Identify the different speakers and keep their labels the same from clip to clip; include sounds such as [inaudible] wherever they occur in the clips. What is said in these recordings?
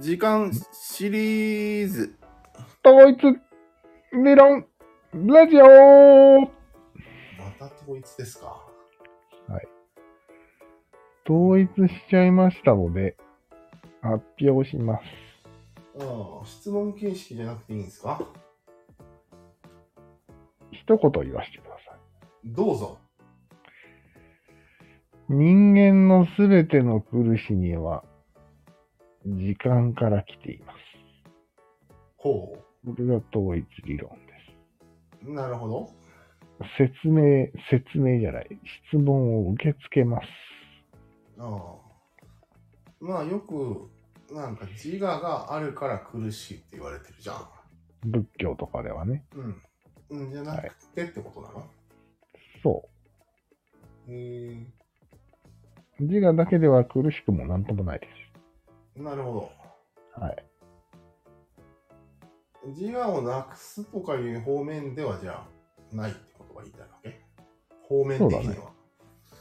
Speaker 1: 時間シリーズ。
Speaker 2: 統一理論ラジオ
Speaker 1: また統一ですか。
Speaker 2: 統一しちゃいましたので、発表します。
Speaker 1: ああ、質問形式じゃなくていいんですか
Speaker 2: 一言言わせてください。
Speaker 1: どうぞ。
Speaker 2: 人間のすべての苦しみは、時間から来ています。
Speaker 1: ほ
Speaker 2: これが統一理論で
Speaker 1: う。なるほど。
Speaker 2: す。説明、説明じゃない。質問を受け付けます。
Speaker 1: ああ。まあよく、なんか自我があるから苦しいって言われてるじゃん。
Speaker 2: 仏教とかではね。
Speaker 1: うん。うんじゃなくてってことなの、
Speaker 2: そ
Speaker 1: へえ
Speaker 2: う。自我だけでは苦しくもなんともないで
Speaker 1: なるほ
Speaker 2: す。はい。
Speaker 1: ど。自我をなくすとかいう方面ではじゃあないってことが言いたいわけ方面的には。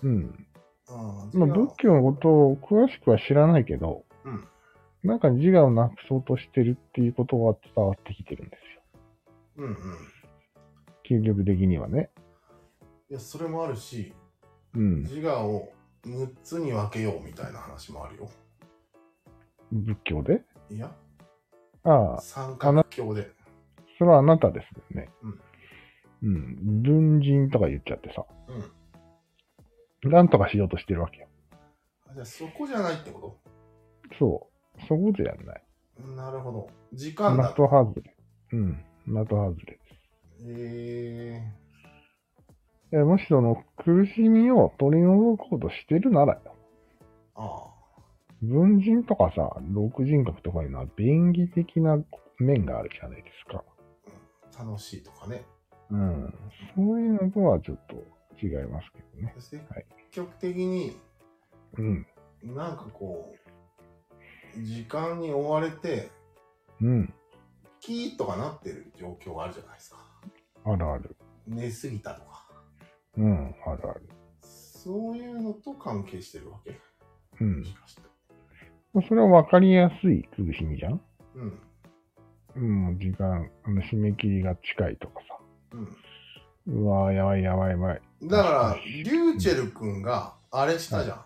Speaker 2: うん。
Speaker 1: ああ
Speaker 2: まあ、仏教のことを詳しくは知らないけど、
Speaker 1: うん
Speaker 2: なんか自我をなくそうとしてるっていうことは伝わってきてるんですよ。
Speaker 1: うんうん。
Speaker 2: 究極的にはね。
Speaker 1: いや、それもあるし、
Speaker 2: うん。
Speaker 1: 自我を6つに分けようみたいな話もあるよ。
Speaker 2: 仏教で
Speaker 1: いや、
Speaker 2: ああ、
Speaker 1: 三角形で。
Speaker 2: それはあなたですよね。
Speaker 1: うん
Speaker 2: うん。文人とか言っちゃってさ、
Speaker 1: うん。
Speaker 2: なんとかしようとしてるわけよ。
Speaker 1: あじゃあそこじゃないってこ
Speaker 2: そう。そこじゃない。
Speaker 1: となるほど。時間だ。
Speaker 2: 的外れ。うん。的外れ。
Speaker 1: え
Speaker 2: えもしその苦しみを取り除こうとしてるならよ。
Speaker 1: ー、あ
Speaker 2: 文人とかさ、六人格とかいうのは便宜的な面があるじゃないですか。
Speaker 1: あ、楽しいとかね。
Speaker 2: うん。そういうのとはちょっと違いますけどね。
Speaker 1: 積
Speaker 2: はい
Speaker 1: 極的に
Speaker 2: うん。
Speaker 1: なんかこう、時間に追われて、
Speaker 2: うん。
Speaker 1: キーとかなってる状況があるじゃないですか。
Speaker 2: あるある。
Speaker 1: 寝すぎたとか。
Speaker 2: うん。あるある。
Speaker 1: そういうのと関係してるわけ。
Speaker 2: う
Speaker 1: も
Speaker 2: ん
Speaker 1: し。かして。
Speaker 2: それは分かりやすい苦しみじゃん
Speaker 1: うん。
Speaker 2: うん。時間、あの締め切りが近いとかさ。
Speaker 1: うん。
Speaker 2: うわーやばいやばいやばい。
Speaker 1: だから、リューチェル君があれしたじゃん。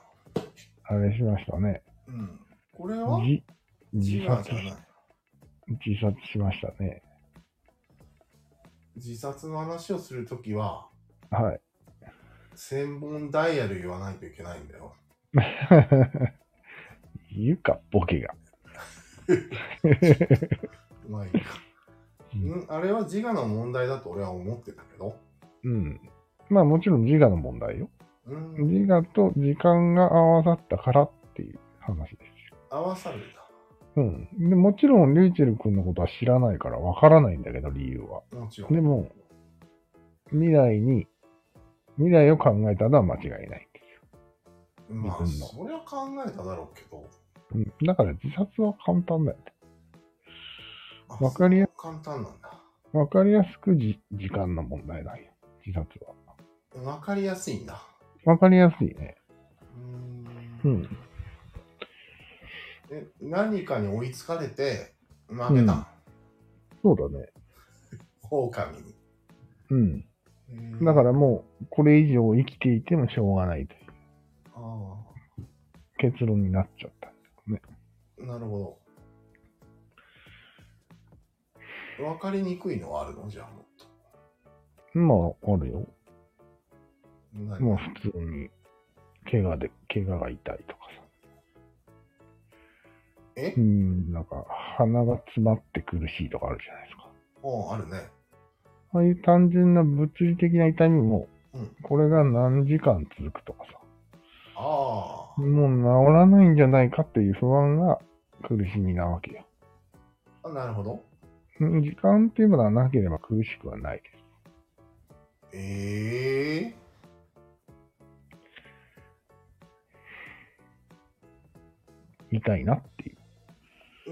Speaker 2: あれしましたね。
Speaker 1: うん。これは
Speaker 2: じ
Speaker 1: 自
Speaker 2: 自
Speaker 1: 我
Speaker 2: 殺
Speaker 1: じゃない。
Speaker 2: 自殺しましたね。
Speaker 1: 自殺の話をするときは、
Speaker 2: はい。 [laughs]
Speaker 1: 千本ダイヤル言わないといけないんだよ。
Speaker 2: 言うか、ボケが。
Speaker 1: まあいいか。うん、あれは自我の問題だと俺は思ってたけど。
Speaker 2: うん。まあもちろん自我の問題よ。
Speaker 1: うん。
Speaker 2: 自我と時間が合わさったからっていう話ですよ。
Speaker 1: 合わされた。
Speaker 2: うん。でもちろん、リューチェル君のことは知らないからわからないんだけど、理由は。
Speaker 1: もちろん。
Speaker 2: でも、未来に、未来を考えたのは間違いない。
Speaker 1: まあ、
Speaker 2: 自分
Speaker 1: そ
Speaker 2: の
Speaker 1: りゃ考えただろうけど。
Speaker 2: うん。だから自殺は簡単だよね。
Speaker 1: あ
Speaker 2: わかりや
Speaker 1: そう簡単なんだ。
Speaker 2: わかりやすくじ時間の問題なんよ。自殺は。
Speaker 1: わかりやすいんだ。
Speaker 2: わかりやすいね。
Speaker 1: うーん
Speaker 2: うん。
Speaker 1: え何かに追いつかれて負けた。
Speaker 2: そうだね。
Speaker 1: 狼に。
Speaker 2: うん。
Speaker 1: うん
Speaker 2: だからもう、これ以上生きていてもしょうがないとい
Speaker 1: あ
Speaker 2: う結論になっちゃった。
Speaker 1: あ、なるほど。分かりにくいのはあるのじゃあもっと。
Speaker 2: まあ、あるよ。
Speaker 1: 何
Speaker 2: もう普通に、怪我で、怪我が痛いとかさ。
Speaker 1: え
Speaker 2: うん、なんか、鼻が詰まって苦しいとかあるじゃないですか。
Speaker 1: おうあるね。
Speaker 2: ああいう単純な物理的な痛みも、
Speaker 1: うん
Speaker 2: これが何時間続くとか
Speaker 1: あ
Speaker 2: さ、もう治らないんじゃないかっていう不安が苦しみなわけよ。
Speaker 1: あ、なるほど。
Speaker 2: うん時間っていうものはなければ苦しくはないです。
Speaker 1: ええ
Speaker 2: 痛いなってい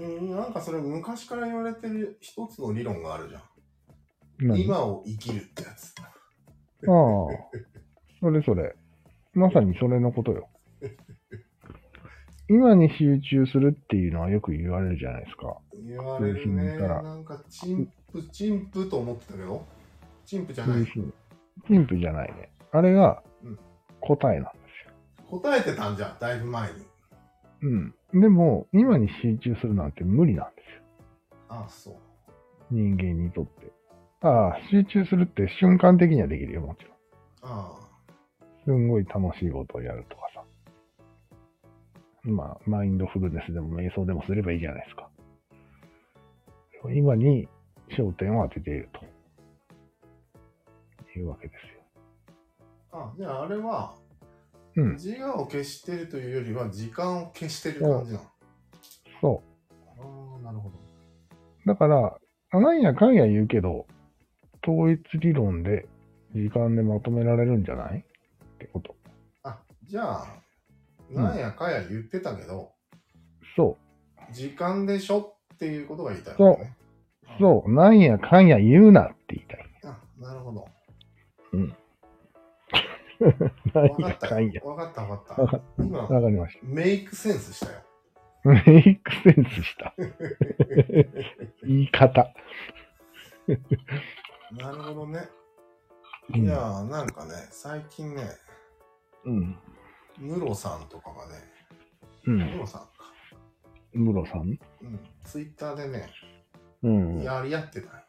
Speaker 2: う。
Speaker 1: うん、なんかそれ昔から言われてる一つの理論があるじゃん。
Speaker 2: 何
Speaker 1: 今を生きるってやつ。
Speaker 2: ああ。それそれ。まさにそれのことよ。今に集中するっていうのはよく言われるじゃないですか。
Speaker 1: 言われる
Speaker 2: そういう
Speaker 1: ね。
Speaker 2: 日見たら
Speaker 1: なんか、チンプ、チンプと思ってたけど、チンプじゃ
Speaker 2: そう
Speaker 1: な
Speaker 2: いう
Speaker 1: い。
Speaker 2: 日に。貧富じゃないね。あれが
Speaker 1: うん
Speaker 2: 答えなんですよ。
Speaker 1: 答えてたんじゃん、だいぶ前に。
Speaker 2: うん。でも、今に集中するなんて無理なんですよ。
Speaker 1: ああ、そう。
Speaker 2: 人間にとって。ああ、集中するって瞬間的にはできるよ、もちろん。
Speaker 1: あ
Speaker 2: すんごい楽しいことをやるとかさ。まあ、マインドフルネスでも瞑想でもすればいいじゃないですか。今に焦点を当てていると。いうわけですよ。
Speaker 1: あ。ああじゃああれは、
Speaker 2: うん
Speaker 1: 自我を消してるというよりは、時間を消してる感じなの。
Speaker 2: そ
Speaker 1: ああ、なるほど。
Speaker 2: う。だから、なんやかんや言うけど、統一理論で時間でまとめられるんじゃないってこと。
Speaker 1: あ、じゃあ、
Speaker 2: ん
Speaker 1: なんやかや言ってたけど、
Speaker 2: そう。
Speaker 1: 時間でしょっていうことが言いたいわけね。
Speaker 2: そう。なんやかんや言うなって言いたい。
Speaker 1: あ、なるほど。わか
Speaker 2: なんや
Speaker 1: った
Speaker 2: かんや。
Speaker 1: よ。わかったわか
Speaker 2: わ
Speaker 1: っ。
Speaker 2: かった
Speaker 1: 今、
Speaker 2: わかりました。
Speaker 1: メイクセンスしたよ。
Speaker 2: メイクセンス
Speaker 1: [laughs]
Speaker 2: した。言い方。
Speaker 1: なるほどね。
Speaker 2: うん
Speaker 1: いやー、なんかね、最近ね、
Speaker 2: うん。
Speaker 1: ムロさんとかがね、
Speaker 2: う
Speaker 1: ム
Speaker 2: ん。
Speaker 1: ロさんか。
Speaker 2: ムロさん
Speaker 1: うん。ツイッターでね、
Speaker 2: うん。
Speaker 1: やり合ってたよ。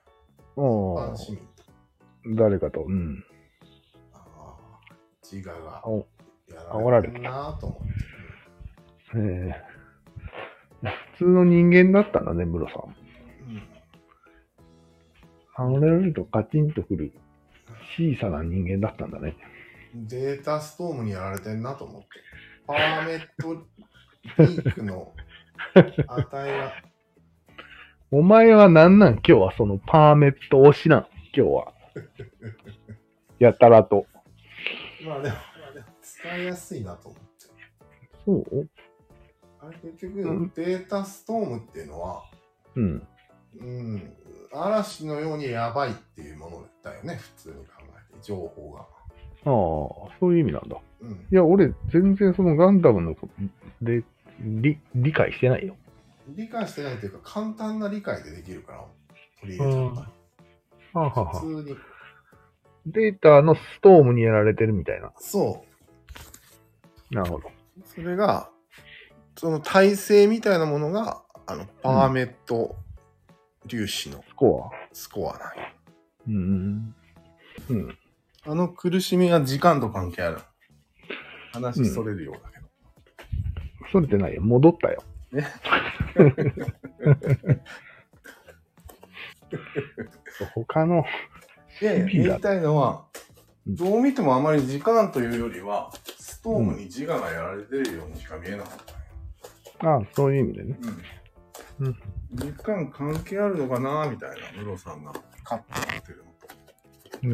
Speaker 2: おー
Speaker 1: 楽しみに。
Speaker 2: 誰かと。うん。
Speaker 1: ああ、自我が
Speaker 2: お
Speaker 1: や
Speaker 2: 煽
Speaker 1: ら
Speaker 2: ら
Speaker 1: れ
Speaker 2: れ
Speaker 1: て
Speaker 2: て
Speaker 1: る
Speaker 2: た
Speaker 1: なーと思って。
Speaker 2: えー普通の人間だったんだね、ムロ
Speaker 1: うん。
Speaker 2: さん。あれるとカチンとくる小さな人間だったんだね。
Speaker 1: データストームにやられてんなと思って。パーメットリークの値が、
Speaker 2: お前はなんなん今日はそのパーメット推しなん今
Speaker 1: [laughs]
Speaker 2: 日は。やたらと。
Speaker 1: まあでも、まあでも使いやすいなと思って。
Speaker 2: そう
Speaker 1: あれ結局、データストームっていうのは、
Speaker 2: うん。
Speaker 1: うん、嵐のようにやばいっていうものだよね、普通に考えて、情報が。
Speaker 2: ああ、そういう意味なんだ。
Speaker 1: うん
Speaker 2: い、や、俺、全然そのガンダムのことで理理解してないよ。
Speaker 1: 理解してないというか、簡単な理解でできるから、取り入れちゃった。
Speaker 2: はあ、
Speaker 1: 普通に。
Speaker 2: データのストームにやられてるみたいな。
Speaker 1: そ
Speaker 2: なるほど。
Speaker 1: う。それが、その体制みたいなものが、あの、パーメット粒子の
Speaker 2: スコア。
Speaker 1: スコアなんよ
Speaker 2: うん。うん。
Speaker 1: あの苦しみは時間と関係ある。話それるようだけど。
Speaker 2: それてないよ。戻ったよ。 [laughs]
Speaker 1: ね
Speaker 2: 他の、
Speaker 1: いやいや、
Speaker 2: ピーだ
Speaker 1: 言いたいのは、
Speaker 2: うん
Speaker 1: どう見てもあまり時間というよりは、ストームに自我がやられてるようにしか見えなかったね。
Speaker 2: ああ、そういう意味でね。
Speaker 1: うん。
Speaker 2: うん
Speaker 1: 時間関係あるのかなみたいな、ムロさんがカットってる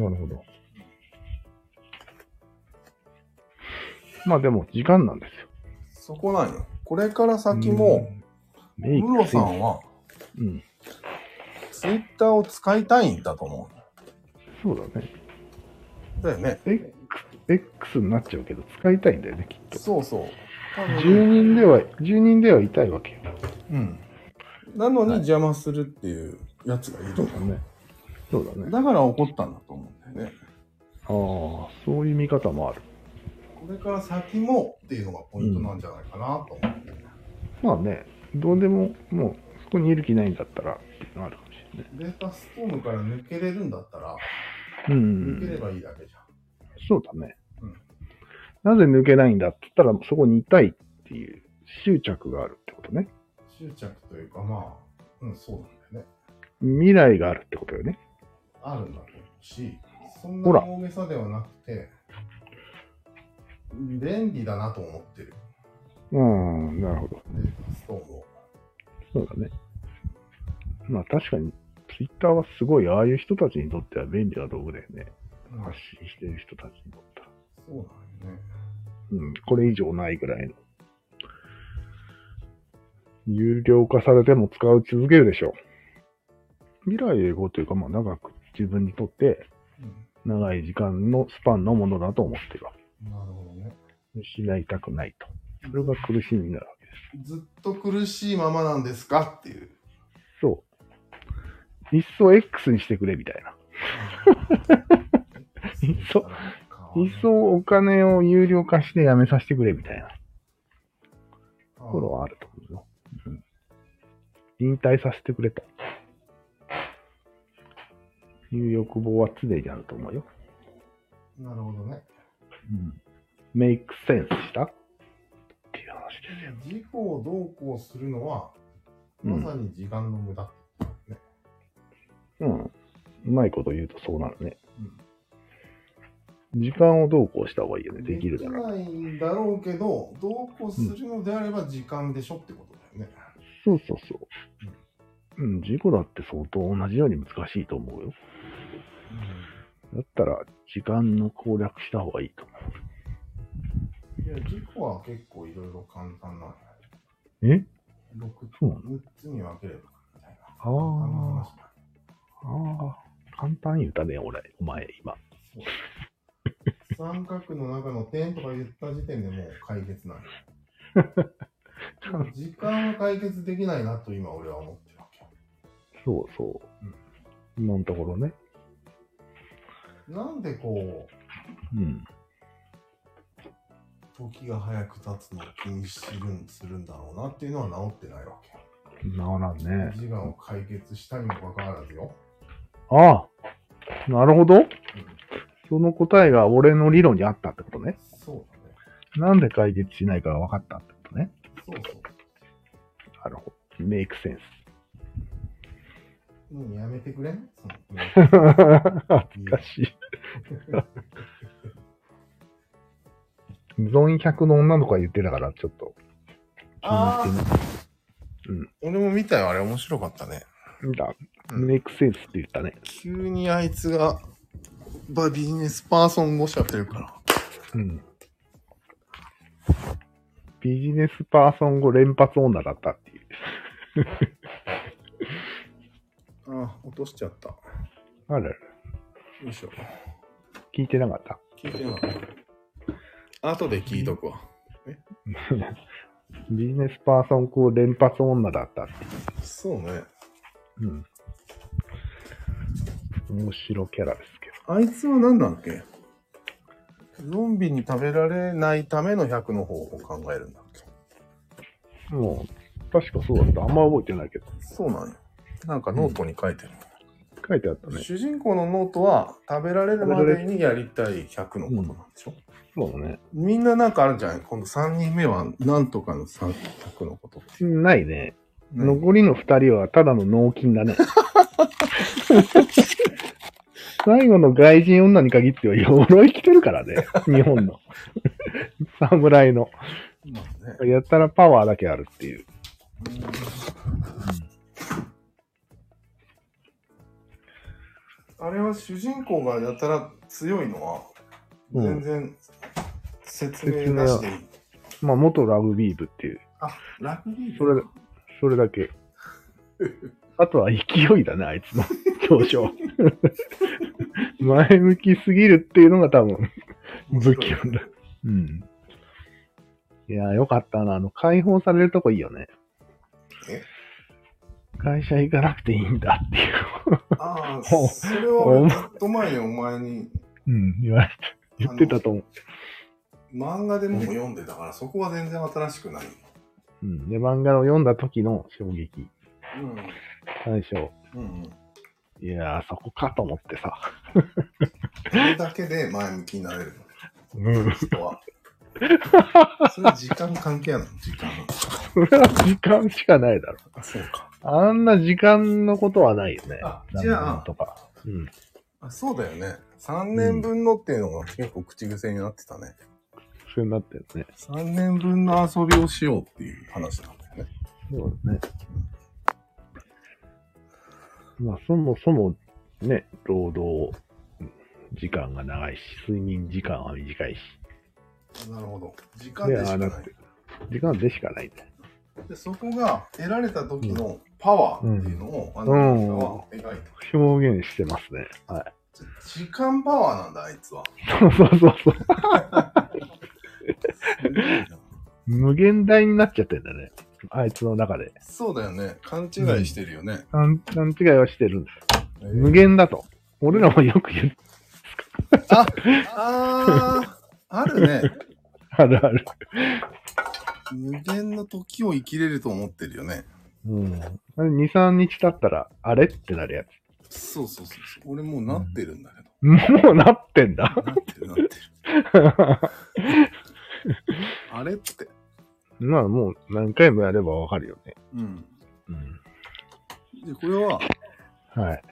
Speaker 1: のと。
Speaker 2: なるほど。まあでも、時間なんですよ。
Speaker 1: そこなんよ。これから先も、
Speaker 2: うん、メイク
Speaker 1: ムロさんは、
Speaker 2: うん。
Speaker 1: ツイッターを使いたいんだと思
Speaker 2: そうだね。
Speaker 1: う。だよね。
Speaker 2: X, X になっちゃうけど、使いたいんだよね、きっと。
Speaker 1: そうそう。多
Speaker 2: 住
Speaker 1: 分
Speaker 2: 人では、住人では痛いわけよ。
Speaker 1: うん。なのに
Speaker 2: はい
Speaker 1: 邪魔するっていうやつがいる
Speaker 2: そうだね。そうだね。
Speaker 1: だから怒ったんだと思うんだよね。
Speaker 2: ああ、そういう見方もある。
Speaker 1: これから先もっていうのがポイントなんじゃないかなと思う。
Speaker 2: まあね、どうでも、もう、そこにいる気ないんだったら、っていうのはあるかもしれない。
Speaker 1: データストームから抜けれるんだったら、
Speaker 2: う
Speaker 1: 抜けれ
Speaker 2: ん。
Speaker 1: ばいいだけじゃん。
Speaker 2: そうだね。
Speaker 1: うん
Speaker 2: なぜ抜けないんだって言ったら、そこにいたいっていう執着があるってことね。
Speaker 1: 執着というか、まあ、うん、そうなんだよね。
Speaker 2: 未来があるってことよね。
Speaker 1: あるんだと思うし、そんな
Speaker 2: ほら
Speaker 1: 大げさではなくて、便利だなと思ってる、
Speaker 2: うん、なるほど。
Speaker 1: データストームを。
Speaker 2: そうだね。まあ確かに、ツイッターはすごい、ああいう人たちにとっては便利な道具だよね。
Speaker 1: うん
Speaker 2: 発信してる人たちにとっては。
Speaker 1: そうなんよね。
Speaker 2: うん、これ以上ないぐらいの。有料化されても使う続けるでしょう。未来永劫というか、まあ長く自分にとって長い時間のスパンのものだと思ってるわ
Speaker 1: うん、なるほどね。
Speaker 2: け。失いたくないと。それが苦しみになるわけです
Speaker 1: ずっと苦しいままなんですかっていう。
Speaker 2: そう。いっそ X にしてくれみたいな。いっ [laughs] そいっそお金を有料化してやめさせてくれみたいなところはあると思うよ。うん引退させてくれと。いう欲望は常にあると思うよ。
Speaker 1: なるほどね。
Speaker 2: うん。メイクセンスしたっていう話ですよ。
Speaker 1: 事故をどうこうするのは、
Speaker 2: うん
Speaker 1: まさに時間の無駄。
Speaker 2: うん。うまいこと言うとそうなるね。
Speaker 1: うん
Speaker 2: 時間をどうこうした方がいいよね。できるだ
Speaker 1: でき
Speaker 2: ろう。
Speaker 1: ないんだろうけど、どうこうするのであれば時間でしょってことだよね。
Speaker 2: そうそうそう。うん、事故だって相当同じように難しいと思うよ。だったら、時間の攻略した方がいいと思
Speaker 1: いや、事故は結構いろいろ簡単なのよ。
Speaker 2: う。え
Speaker 1: 六
Speaker 2: そうなの
Speaker 1: 6つに分ければみたいな。
Speaker 2: あ
Speaker 1: あの
Speaker 2: ー
Speaker 1: 話だ
Speaker 2: あー、簡単言うたね、俺、お前、今。
Speaker 1: そう三角の中の点とか言った時点でもう解決なんよ時間は解決できないなと今俺は思ってるわけよ
Speaker 2: そうそう。今のところね。
Speaker 1: なんでこう
Speaker 2: うん。
Speaker 1: 時が早く経つのを気にするんするんだろうなっていうのは治ってないわけよ
Speaker 2: ならんね。
Speaker 1: 時間を解決したにもかかわらずよ、
Speaker 2: ああ、なるほど。
Speaker 1: うん
Speaker 2: その答えが俺の理論にあったってことね。
Speaker 1: そうだね
Speaker 2: なんで解決しないかが分かったってことね。
Speaker 1: そうそう
Speaker 2: なるほど。メイクセンス。 [laughs]
Speaker 1: うんやめてくれんその
Speaker 2: 恥ずかしい。ゾン100の女の子が言ってたから、ちょっと。
Speaker 1: あ
Speaker 2: 気にし
Speaker 1: あ俺も見たよあれ面白かったね
Speaker 2: てみた。
Speaker 1: うん
Speaker 2: メイクセンスって言ったね。
Speaker 1: 急にあいつがバビジネスパーソン語喋るから
Speaker 2: うん。ビジネスパーソン語連発女だったっていう。
Speaker 1: あ落としちゃったよ
Speaker 2: あれ
Speaker 1: いしょ
Speaker 2: 聞いてなかった。
Speaker 1: 聞いてなかった後で聞いとくわ
Speaker 2: ビジネスパーソン語連発女だったってい
Speaker 1: そうね
Speaker 2: う。うん。面白キャラですけ
Speaker 1: あいつは何なんだっけゾンビに食べられないための100の方法を考えるんだっけ
Speaker 2: ど。もう、確かそうだった。あんま覚えてないけど。
Speaker 1: そうなんよなんかノートに書いてる、
Speaker 2: 書いてあったね。
Speaker 1: 主人公のノートは食べられるまでにやりたい100のことなんでしょ、
Speaker 2: そうだね。
Speaker 1: みんななんかあるんじゃない今度3人目はなんとかの3 100のことって、
Speaker 2: ないね。
Speaker 1: ね
Speaker 2: 残りの二人はただの脳筋だ [laughs] ね。最後の外人女に限っては鎧着てるからね。日本の。侍の。
Speaker 1: まあね
Speaker 2: やったらパワーだけあるっていう。
Speaker 1: あれは主人公がやたら強いのは、
Speaker 2: うん
Speaker 1: 全然説明なしでいい。
Speaker 2: まあ、元ラグビー部っていう。
Speaker 1: あ、ラグビー
Speaker 2: それ、それだけ。あとは勢いだね、あいつの表情。前向きすぎるっていうのが多分、不器用だ。うん。いやー、よかったな。あの、解放されるとこいいよね
Speaker 1: え。
Speaker 2: 会社行かなくていいんだっていう。
Speaker 1: ああ、
Speaker 2: お
Speaker 1: それは俺ずっと前にお前に
Speaker 2: うん、言われて、言ってたと思う。
Speaker 1: 漫画でも読んでたから、そこは全然新しくない。
Speaker 2: うん。で、漫画を読んだ時の衝撃。
Speaker 1: うん。
Speaker 2: 最初。
Speaker 1: うんうん。
Speaker 2: いやー、そこかと思ってさ。
Speaker 1: それだけで前向きになれる
Speaker 2: うん
Speaker 1: の、。人は。それは時間関係あるの時間。
Speaker 2: それは時間しかないだろ。
Speaker 1: あ、そうか。
Speaker 2: あんな時間のことはないよね。
Speaker 1: あじゃあ
Speaker 2: なんとか。うん。
Speaker 1: あそうだよね。3年分のっていうのが結構口癖になってたね。
Speaker 2: そうになってるね。
Speaker 1: 3年分の遊びをしようっていう話なんだよね。
Speaker 2: そうだね。まあ、そもそも、ね、労働時間が長いし、睡眠時間は短いし、
Speaker 1: なるほど。時間でしか
Speaker 2: い
Speaker 1: な
Speaker 2: や
Speaker 1: い
Speaker 2: だ。時間でしかないんだよ。
Speaker 1: でそこが得られた時のパワーっていうのを、あの人は描いて
Speaker 2: 表現してますね。はい。 [laughs]
Speaker 1: 時間パワーなんだ、あいつは。
Speaker 2: そうそうそうそう。
Speaker 1: すごいな
Speaker 2: 無限大になっちゃってんだね。あいつの中で。
Speaker 1: そうだよね。勘違いしてるよね。
Speaker 2: 勘勘違いはしてるんです。
Speaker 1: えー
Speaker 2: 無限だと。俺らもよく言う。
Speaker 1: あ、あー、あるね。
Speaker 2: あるある。
Speaker 1: 無限の時を生きれると思ってるよね。
Speaker 2: うん。あれ2、3日経ったら、あれってなるやつ。
Speaker 1: そうそうそうそう。俺もうなってるんだけど。
Speaker 2: もうなってんだ。 [laughs]
Speaker 1: なってるなってる。あれって。
Speaker 2: まあもう何回もやればわかるよね。
Speaker 1: うん。
Speaker 2: うん。
Speaker 1: で、これは
Speaker 2: はい。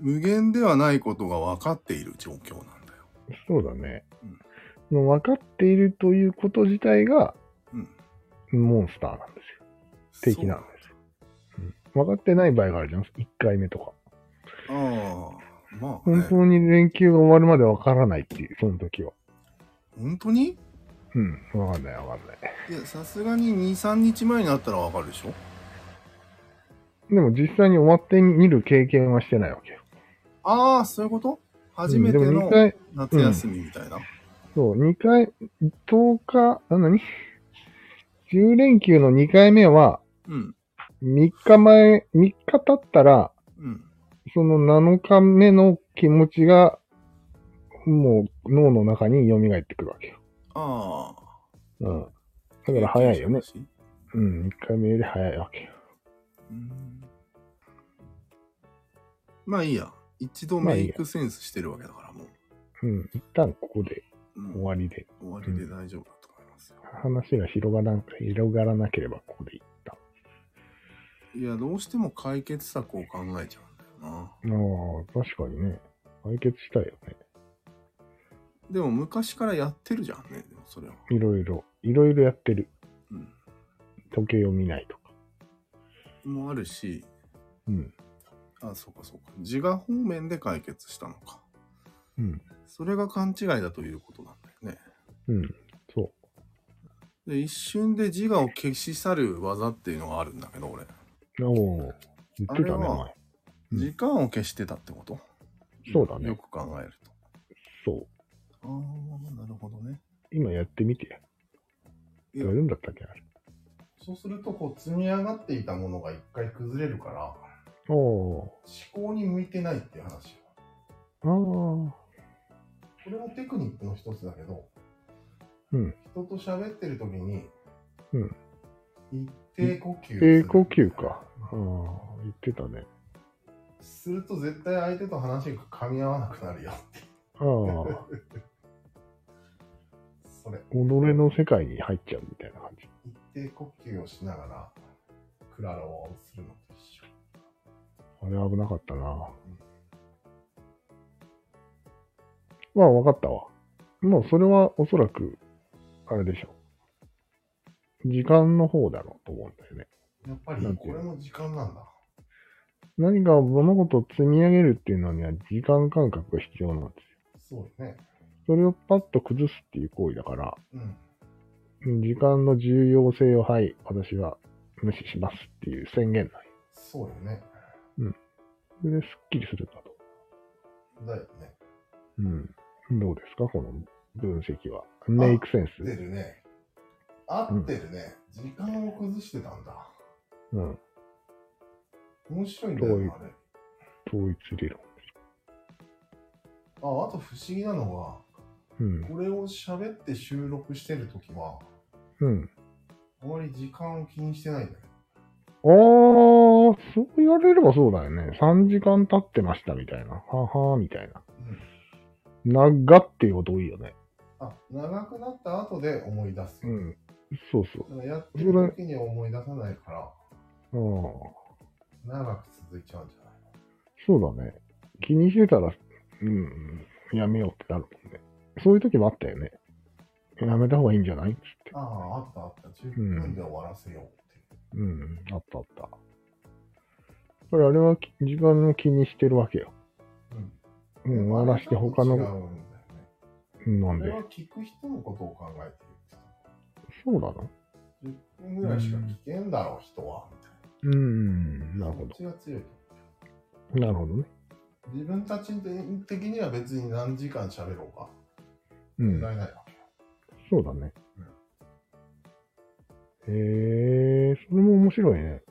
Speaker 1: 無限ではないことが分かっている状況なんだよ。
Speaker 2: そうだね。もう分かっているということ自体が
Speaker 1: うん。
Speaker 2: モンスターなんですよ。的な
Speaker 1: そ
Speaker 2: んですよ。うん、分かってない場合があるじゃん。1回目とか。
Speaker 1: うああ、まあ、
Speaker 2: 本
Speaker 1: ね。
Speaker 2: 当に連休が終わるまで分からないっていう、その時は。
Speaker 1: 本当に
Speaker 2: うん。分かんない分かんない。
Speaker 1: いや、さすがに2、3日前になったら分かるでしょ
Speaker 2: でも実際に終わってみる経験はしてないわけよ。
Speaker 1: ああ、そういうこと初めて
Speaker 2: うんでも
Speaker 1: の
Speaker 2: 2回、
Speaker 1: 夏休みみたいな。
Speaker 2: そう、2回、10日、あ何 ?10 連休の2回目は、
Speaker 1: うん。
Speaker 2: 3日前、3日経ったら、
Speaker 1: うん。
Speaker 2: その7日目の気持ちが、もう脳の中に蘇ってくるわけよ。
Speaker 1: ああ。
Speaker 2: うん。だから早いよね。
Speaker 1: う
Speaker 2: うん、1回目より早いわけよ。
Speaker 1: ん。まあいいや。一度
Speaker 2: まあ
Speaker 1: メ
Speaker 2: いいや
Speaker 1: イクセンスしてるわけだから、もう。
Speaker 2: うん、一旦ここで
Speaker 1: うん
Speaker 2: 終わりで、
Speaker 1: 終わりで大丈夫だと思いますよ。
Speaker 2: 話が広がらん広がらなければここで一旦。
Speaker 1: いや、どうしても解決策を考えちゃうんだよな。
Speaker 2: ああ、確かにね。解決したいよね。
Speaker 1: でも昔からやってるじゃんね、でもそれは。
Speaker 2: いろいろ、いろいろやってる。
Speaker 1: うん。
Speaker 2: 時計を見ないとか。
Speaker 1: もあるし、
Speaker 2: うん。
Speaker 1: あ、そうかそうか。自我方面で解決したのか。
Speaker 2: うん。
Speaker 1: それが勘違いだということなんだよね。
Speaker 2: うん。そ
Speaker 1: で、一瞬で自我を消し去る技っていうのがあるんだけど、俺。
Speaker 2: う。おお。言ってたね、
Speaker 1: あれは
Speaker 2: 前。うん
Speaker 1: 時間を消してたってこと
Speaker 2: そうだね
Speaker 1: よく考えると。
Speaker 2: そう。
Speaker 1: ああ、なるほどね。
Speaker 2: 今やってみてや。
Speaker 1: いや
Speaker 2: やるんだったっけあれ。
Speaker 1: そうすると、こう、積み上がっていたものが一回崩れるから、
Speaker 2: おお
Speaker 1: 思考に向いてないっていう話。
Speaker 2: ー。ああ。
Speaker 1: これもテクニックの一つだけど、
Speaker 2: うん
Speaker 1: 人と喋ってる時に、
Speaker 2: うん
Speaker 1: 一定呼吸をする
Speaker 2: 低呼吸か。ああ、言ってたね。
Speaker 1: すると絶対相手と話が噛み合わなくなるよって。
Speaker 2: ああ。
Speaker 1: それ、
Speaker 2: 己の世界に入っちゃうみたいな感じ。
Speaker 1: 一定呼吸をしながら、クラロワをするのと一緒。
Speaker 2: あれ危なかったな。まあ、わかったわ。もう、それはおそらく、あれでしょう。時間の方だろうと思うんだよね。
Speaker 1: やっぱ
Speaker 2: なん
Speaker 1: り、
Speaker 2: てい
Speaker 1: こ
Speaker 2: う
Speaker 1: れも時間なんだ。
Speaker 2: 何か物事を積み上げるっていうのには時間感覚が必要なんですよ。
Speaker 1: そうよね。
Speaker 2: それをパッと崩すっていう行為だから、
Speaker 1: うん。
Speaker 2: 時間の重要性を、はい、私は無視しますっていう宣言ない。
Speaker 1: そうよね。
Speaker 2: それでスッキリするんだと。
Speaker 1: だよね。
Speaker 2: うん。どうですかこの分析は。メイクセン
Speaker 1: 出
Speaker 2: ス。
Speaker 1: るね。合ってるね。時間を崩してたんだ。
Speaker 2: うん。
Speaker 1: 面白いんだよ
Speaker 2: どうい
Speaker 1: な、
Speaker 2: う
Speaker 1: あれ。
Speaker 2: 統一理論。
Speaker 1: あ、あと不思議なのは、
Speaker 2: うん。
Speaker 1: これを喋って収録してるときは、
Speaker 2: うん。
Speaker 1: あまり時間を気にしてないんだよ。
Speaker 2: あー、そう言われればそうだよね。3時間経ってましたみたいな。ははーみたいな。
Speaker 1: うん
Speaker 2: 長っていうこと多いよね。
Speaker 1: あ、長くなった後で思い出す。
Speaker 2: うん。そうそう。
Speaker 1: だからやってる時には思い出さないから、
Speaker 2: あー
Speaker 1: 長く続いちゃうんじゃない
Speaker 2: そうだね。気にしてたら、うん、やめようってなるもんね。そういう時もあったよね。やめた方がいいんじゃないつって。
Speaker 1: ああ、あったあった。10分で終わらせようって。
Speaker 2: うん、あったあった。やっぱりあれはき時間を気にしてるわけよ。
Speaker 1: うん。
Speaker 2: うん、終わらして他の
Speaker 1: 違うんだよね。
Speaker 2: なん
Speaker 1: これ
Speaker 2: で
Speaker 1: は。聞く人のことを考えて
Speaker 2: そうなの
Speaker 1: いる。10分ぐらいしか聞けんだろう、人は。みたい
Speaker 2: うん、な
Speaker 1: な
Speaker 2: るほ
Speaker 1: 気持ちが強いと。
Speaker 2: ど。なるほどね。
Speaker 1: 自分たち的には別に何時間喋ろうか。
Speaker 2: うん
Speaker 1: 問、題ないわ。
Speaker 2: そうだね。へえ、それも面白いね。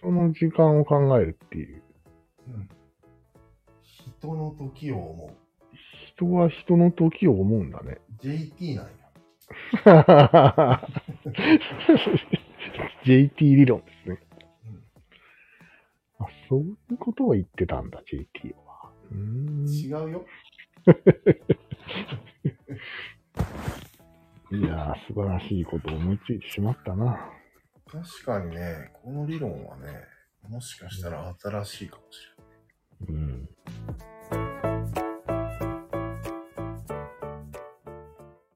Speaker 2: 人の時間を考えるっていう。
Speaker 1: うん。人の時を思
Speaker 2: 人は人の時を思うんだ [laughs] ね。
Speaker 1: う。JT なんや。
Speaker 2: JT 理論ですね
Speaker 1: うん。
Speaker 2: あ、そういうことを言ってたんだ、JT は。うーん。 [laughs]
Speaker 1: 違うよ。
Speaker 2: いやー、素晴らしいことを思いついてしまったな。
Speaker 1: 確かにね、この理論はね、もしかしたら新しいかもし
Speaker 2: うん。
Speaker 1: れ